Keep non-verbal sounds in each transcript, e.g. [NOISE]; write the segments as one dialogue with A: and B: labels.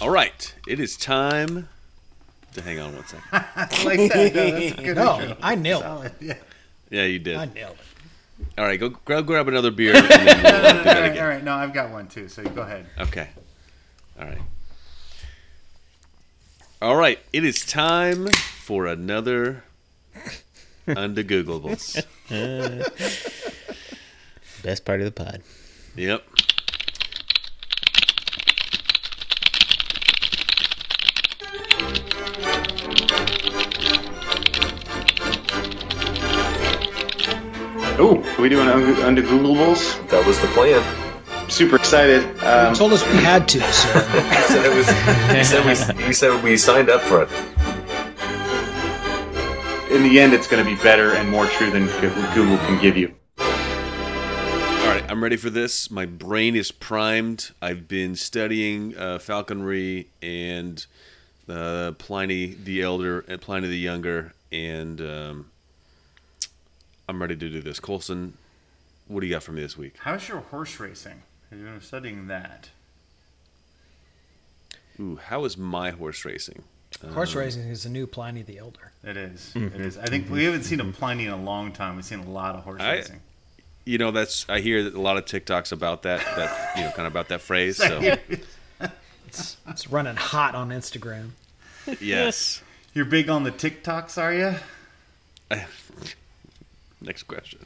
A: All right, it is time to hang on one second.
B: I [LAUGHS] like that. No, that's a good
C: No,
B: intro.
C: I nailed
B: [LAUGHS]
C: it.
B: Solid. Yeah.
A: Yeah, you did.
C: I nailed it.
A: All right, go, go grab another beer. And then we'll do
B: [LAUGHS] All
A: that
B: right, all
A: again.
B: right. No, I've got one too. So go ahead.
A: Okay. All right. All right, it is time for another under Googleables.
D: Best part of the pod.
A: Yep.
E: Oh, are we doing un- under Googleables?
F: That was the plan.
E: Super excited. Um,
C: Told us we had to, so
F: He said it was. He said we. He said we signed up for it.
E: in the end, it's going to be better and more true than Go- Google can give you.
A: All right, I'm ready for this. My brain is primed. I've been studying uh, falconry and uh, Pliny the Elder and Pliny the Younger, and um, I'm ready to do this. Colson, what do you got for me this week?
B: How's your horse racing? You've been studying that.
A: Ooh, how is my horse racing?
C: horse racing is the new Pliny the Elder.
B: It is. It is. I think we haven't seen a Pliny in a long time. We've seen a lot of horse
A: I-
B: racing.
A: You know, that's I hear a lot of TikToks about that. That you know, kind of about that phrase. So
C: It's, it's running hot on Instagram.
A: [LAUGHS] yes.
B: You're big on the TikToks, are you?
A: [LAUGHS] Next question.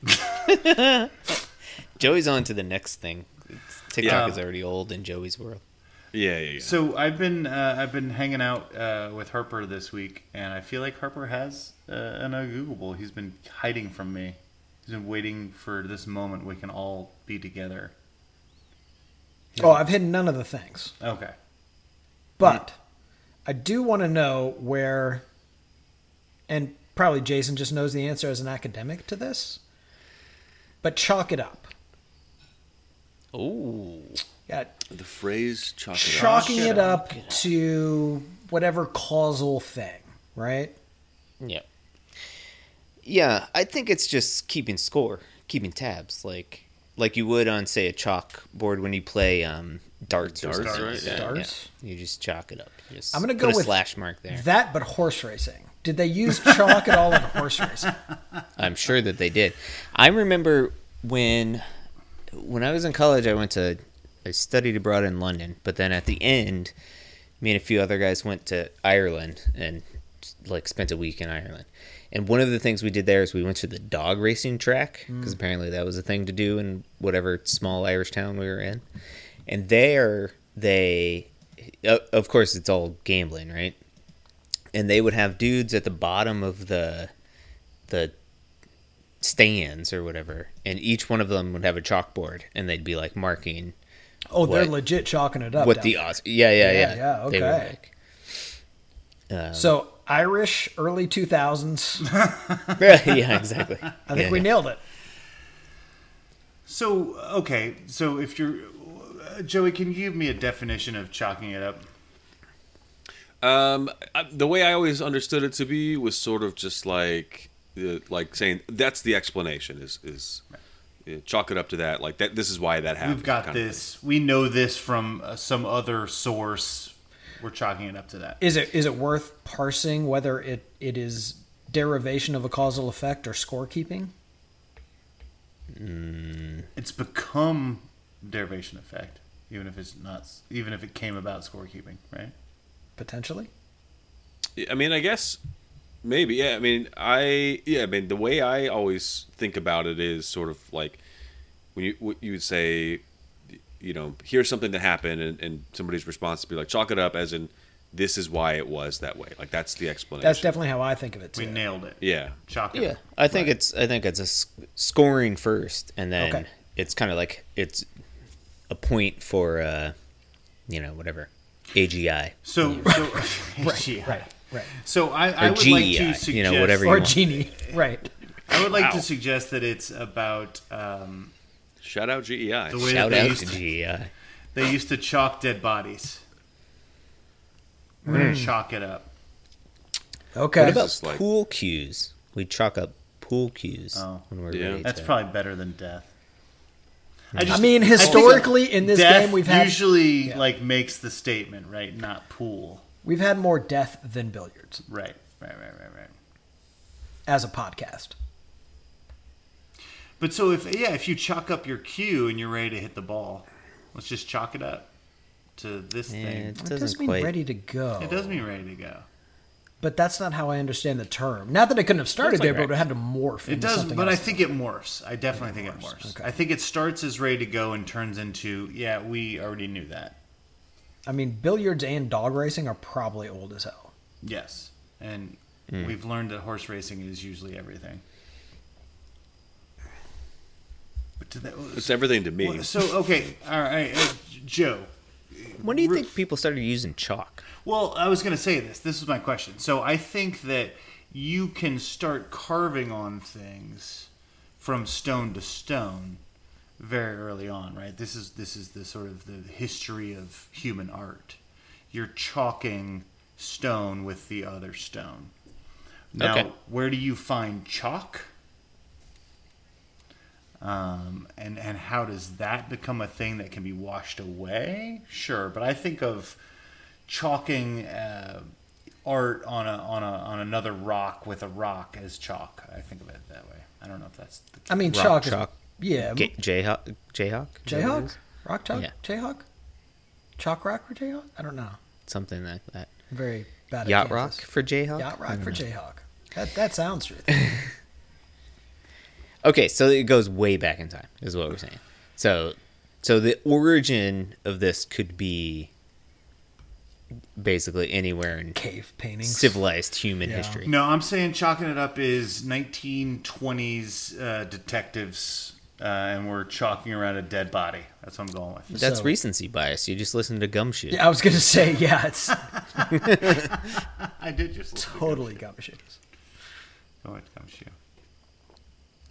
D: Joey's on to the next thing. It's, TikTok
A: Yeah.
D: is already old in Joey's world.
A: Yeah, yeah, yeah.
B: Um, So I've been uh, I've been hanging out uh, with Harper this week, and I feel like Harper has uh, an ungoogleable. He's been hiding from me. He's been waiting for this moment we can all be together.
C: Oh, I've hidden none of the things.
B: Okay.
C: But I do want to know where, and probably Jason just knows the answer as an academic to this, but chalk it up.
D: Oh,
C: Yeah,
A: The phrase chalk it up.
C: chalking it up to whatever causal thing, right?
D: yeah, yeah. I think it's just keeping score, keeping tabs, like like you would on say a chalkboard when you play um, darts,
A: Darts,
D: or something.
A: right,
D: like that.
C: yeah.
D: Yeah.
C: Darts?
D: You just chalk it up. You Just
C: I'm gonna
D: put
C: go
D: a
C: with
D: slash mark there.
C: That, but horse racing. Did they use chalk at all in horse racing?
D: I'm sure that they did. I remember when when I was in college, I went to I studied abroad in London, but then at the end, me and a few other guys went to Ireland and like spent a week in Ireland. And one of the things we did there is we went to the dog racing track because apparently that was a thing to do in whatever small Irish town we were in. And there they o- of course it's all gambling, right? And they would have dudes at the bottom of the the stands or whatever, and each one of them would have a chalkboard, and they'd be like marking
C: Oh, they're
D: What-
C: legit chalking it up.
D: what
C: down
D: the
C: there.
D: odds. Yeah,
C: Yeah,
D: yeah, yeah.
C: yeah,
D: They were
C: okay.
D: like- um,
C: so Irish early two thousands. I
D: [LAUGHS] yeah, exactly.
C: [LAUGHS]
D: I
C: think we nailed it.
B: So okay. So if you're uh, Joey, can you give me a definition of chalking it up?
A: Um, I, the way I always understood it to be was sort of just like, uh, like saying that's the explanation is is uh, chalk it up to that. Like that, this is why that happened.
B: We've got
A: kind of
B: this. We know this from uh, some other source. We're chalking it up to that.
C: Is it is it worth parsing whether it, it is derivation of a causal effect or scorekeeping?
B: It's become derivation effect, even if it's not. Even if it came about scorekeeping, right?
C: Potentially.
A: thing. I mean, I guess maybe. Yeah. I mean, I yeah. I mean, the way I always think about it is sort of like when you what you would say, you know, here's something that happened, and, and somebody's response would be like chalk it up as in this is why it was that way. Like that's the explanation.
C: That's definitely how I think of it
B: We
C: too.
B: nailed it.
A: yeah.
B: Chalk it
D: yeah,
B: up.
D: I think it's I think it's a s- scoring first, and then
C: Okay.
D: it's kind of like it's a point for uh, you know whatever AGI.
B: So, so [LAUGHS] yeah.
C: [LAUGHS] Right,
D: [LAUGHS]
C: right.
B: So I, I
D: Or
B: would like
D: GEI,
B: to suggest,
D: you know, whatever you
C: Or
D: want.
C: genie. Right.
B: I would like to suggest that it's about um,
A: Shout out E GEI.
B: the way that
D: Shout
B: they
D: out
B: used,
D: to
B: to,
D: GEI.
B: they used to chalk dead bodies. We're gonna
C: Hmm.
B: chalk it up.
C: Okay.
D: What about
A: Just like-
D: pool cues? We chalk up pool cues
B: Oh.
D: when we're
A: Yeah.
D: ready
B: That's
D: to-
B: probably better than death. just-
C: I mean,
B: I think
C: historically, in this
B: death
C: game, we've had-
B: usually like makes the statement, right? Not pool.
C: We've had more death than billiards
B: Right. Right. Right. Right. Right.
C: as a podcast.
B: But so if yeah, if you chalk up your cue and you're ready to hit the ball, let's just chalk it up to this
D: Yeah,
B: thing.
D: it
C: It does
D: doesn't
C: mean
D: quite.
C: ready to go.
B: It does mean ready to go.
C: But that's not how I understand the term. Not that it couldn't have started
D: That's like
C: there, but it had to morph.
B: It
C: into
B: does,
C: something
B: but I
C: else.
B: think it morphs. I definitely think it morphs.
C: Okay.
B: I think it starts as ready to go and turns into yeah, we already knew that.
C: I mean, billiards and dog racing are probably old as hell.
B: Yes, and
A: Hmm.
B: we've learned that horse racing is usually everything. But to that,
A: It's everything to me.
B: well, so okay, all right, uh, Joe.
D: When do you
B: Re-
D: think people started using chalk?
B: Well, I was going to say this. This is my question. So I think that you can start carving on things from stone to stone very early on, right? This is this is the sort of the history of human art. You're chalking stone with the other stone. Now,
D: Okay.
B: where do you find chalk? Um, and and how does that become a thing that can be washed away? Sure, but I think of chalking uh, art on a on a on another rock with a rock as chalk. I think of it that way. I don't know if that's the
C: I mean,
D: Rock
C: chalk. is-
D: chalk.
C: yeah.
D: Ga- Jayhawk? Jayhawk? Is that what it
C: Um, Jayhawk?
D: is?
C: Rock chalk?
D: Yeah.
C: Jayhawk? Chalk rock or Jayhawk? I don't know.
D: Something like that.
C: I'm very bad at
D: Yacht rock
C: Kansas.
D: for Jayhawk?
C: Yacht
D: I
C: rock
D: don't
C: for
D: know.
C: Jayhawk. That, that sounds true.
D: [LAUGHS] Okay, so it goes way back in time, is what we're saying. So, so the origin of this could be basically anywhere in
C: Cave paintings.
D: civilized human
C: Yeah.
D: history.
B: No, I'm saying chalking it up is 1920s uh, detectives, uh, and we're chalking around a dead body. That's what I'm going with.
D: That's
C: So-
D: recency bias. You just listen to gumshoe.
C: Yeah, I was going to say, [LAUGHS] yeah, it's
B: [LAUGHS] I did just
C: totally gumshoes.
B: Oh, it comes to you.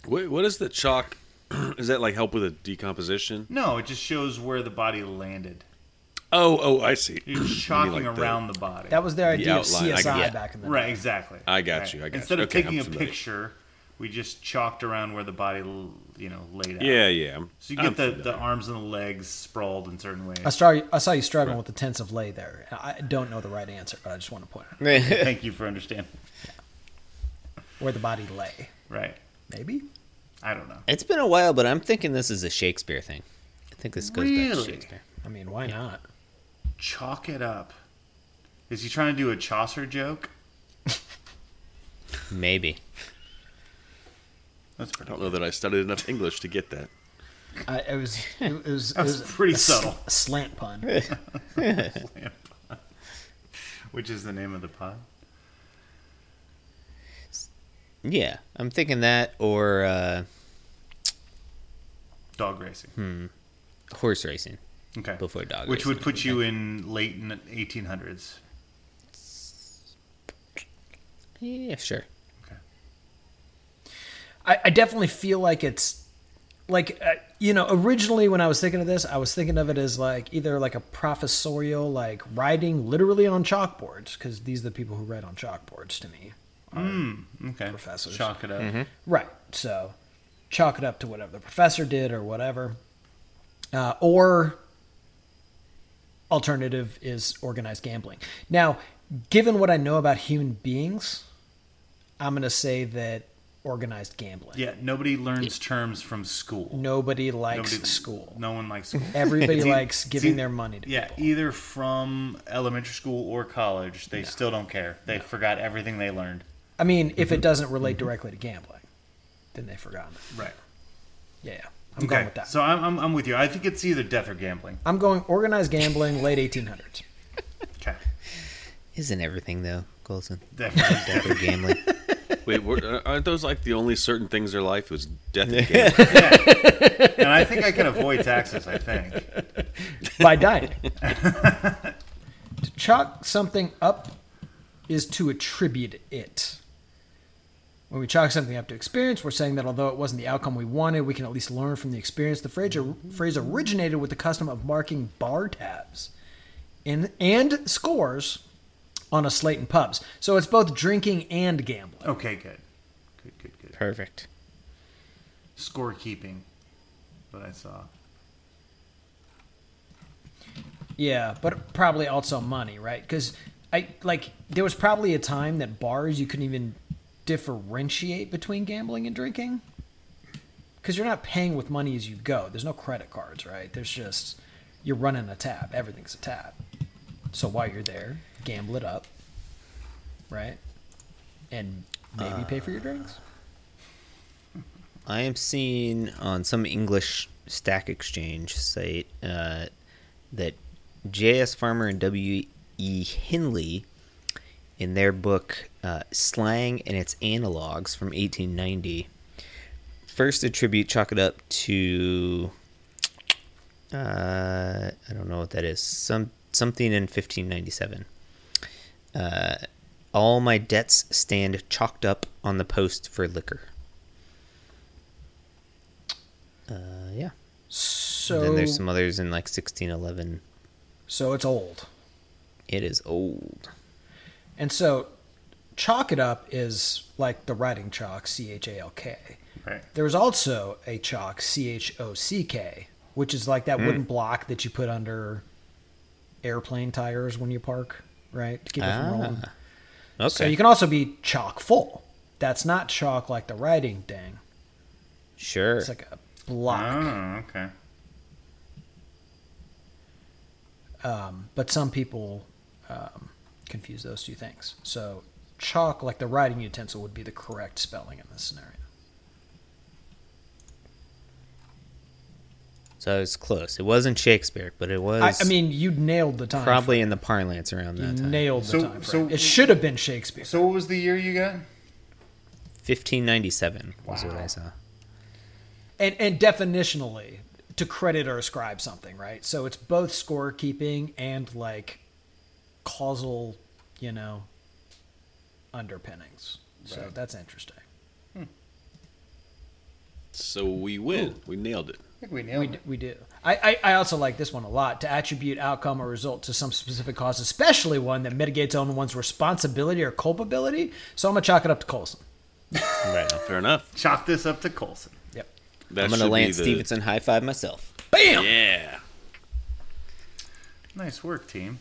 A: What, what is the chalk? [CLEARS THROAT] Is that like help with a decomposition?
B: No, it just shows where the body landed.
A: Oh, oh, I see.
B: You're chalking
A: like the-
B: around the, body.
C: That was their idea
A: outline, I
C: of CSI
A: get-
C: back in the
B: right, exactly.
A: I got
B: Right.
A: you, I got
B: Instead
A: you.
B: of
A: Okay,
B: taking
A: I'm
B: a
A: familiar.
B: picture, we just chalked around where the body, l- you know, laid out.
A: Yeah, yeah. I'm-
B: So you get
A: I'm
B: the,
A: familiar.
B: the arms and the legs sprawled in certain ways.
C: I saw, I saw you struggling with the tense of lay there. I don't know the right answer, but I just want to point out
B: Thank you for understanding.
C: where the body lay.
B: Right.
C: Maybe?
B: I don't know.
D: [LAUGHS] it's been a while, but I'm thinking this is a Shakespeare thing. I think this goes back
B: Really?
D: to Shakespeare.
C: I mean, why not?
B: Chalk it up. Is he trying to do a Chaucer joke?
D: Maybe.
B: That's
A: I
B: pretty.
A: don't know that I studied enough English to get that.
C: I,
B: [LAUGHS]
C: it was it was, it
B: was
C: was
B: pretty
C: a s-
B: subtle.
C: a slant pun.
B: Which is the name of the pod?
D: Yeah, I'm thinking that or uh,
B: Dog racing.
D: horse racing.
B: Okay.
D: Before dog
B: Which would
D: racing,
B: put you in late in 1800s.
D: Yeah, sure.
C: I, I definitely feel like it's like uh, you know originally when I was thinking of this, I was thinking of it as like either like a professorial like writing literally on chalkboards because these are the people who write on chalkboards to me,
B: Okay.
C: Professors.
B: Chalk it up.
C: Mm-hmm. right? So chalk it up to whatever the professor did or whatever, uh, or alternative is organized gambling. Now, given what I know about human beings, I'm gonna say that organized gambling.
B: Yeah. Nobody learns terms from school.
C: Nobody likes
B: Nobody-
C: school.
B: [LAUGHS] No one likes school.
C: [LAUGHS]
B: [LAUGHS]
C: Everybody
B: It's e-
C: likes
B: it's
C: giving
B: e-
C: their money to
B: yeah,
C: people.
B: either from elementary school or college, they still don't care. They forgot everything they learned.
C: I mean, if
B: Mm-hmm.
C: it doesn't relate directly to gambling, then they've forgotten it.
B: Right.
C: Yeah, yeah. I'm
B: okay.
C: going with that.
B: So I'm, I'm, I'm with you. I think it's either death or gambling.
C: I'm going organized gambling, late 1800s.
B: Okay.
D: Isn't everything though, Colson?
B: Definitely.
D: Death or
C: [LAUGHS]
D: gambling.
A: Wait, were, uh, aren't those like the only certain things in their life was death [LAUGHS] and gambling?
B: and I think I can avoid taxes, I think.
C: By dieting. to chalk something up is to attribute it. When we chalk something up to experience, we're saying that although it wasn't the outcome we wanted, we can at least learn from the experience. The phrase, phrase originated with the custom of marking bar tabs and, and scores on a slate in pubs. So it's both drinking and gambling.
B: Okay, good. Good, good, good.
D: Perfect.
B: Scorekeeping, what I saw.
C: Yeah, but probably also money, right? Because I like there was probably a time that bars you couldn't even differentiate between gambling and drinking because you're not paying with money as you go. There's no credit cards, right? There's just you're running a tab. Everything's a tab. So while you're there, gamble it up, right? And maybe pay
D: Uh,
C: for your drinks.
D: I am seeing on some English stack exchange site uh, that J.S. Farmer and W.E. Hinley, in their book uh, Slang and Its Analogs from 1890, first attribute Chalk It Up to. Uh, I don't know what that is. Some something in 1597. Uh, all my debts stand chalked up on the post for liquor. Uh, yeah.
C: So
D: then there's some others in like 1611.
C: so it's old.
D: It is old.
C: And so, chalk it up is like the writing chalk, C H A L K.
B: Right.
C: There was also a chalk, C H O C K, which is like
D: Hmm.
C: that wooden block that you put under airplane tires when you park, right? To keep it from rolling.
D: Ah, Okay.
C: So you can also be chalk full. That's not chalk like the writing thing.
D: sure.
C: It's like a block.
B: Oh, okay.
C: but some people um, confuse those two things. So chalk, like the writing utensil, would be the correct spelling in this scenario.
D: so it's close. It wasn't Shakespeare, but it was
C: I, I mean, you nailed the time.
D: probably in the parlance around
C: frame.
D: that
C: You
D: time.
C: nailed the
B: So-
C: time.
B: so-
C: frame. it should have been Shakespeare.
B: So what was the year you got?
D: 1597 was what I saw.
C: and and definitionally to credit or ascribe something, right? So it's both scorekeeping and like causal, you know, underpinnings. So that's interesting.
A: So we win. We nailed it.
B: I think we nailed it.
C: We do. I, I, I also like this one a lot to attribute outcome or result to some specific cause, especially one that mitigates on one's responsibility or culpability. So I'm going to chalk it up to Colson.
D: Right.
A: Fair enough.
B: Chalk this up to Colson.
C: Yep.
A: That
D: I'm going
A: should
D: to
A: be
D: Lance
A: the-
D: Stevenson high five myself.
C: Bam!
A: Yeah.
B: Nice work, team.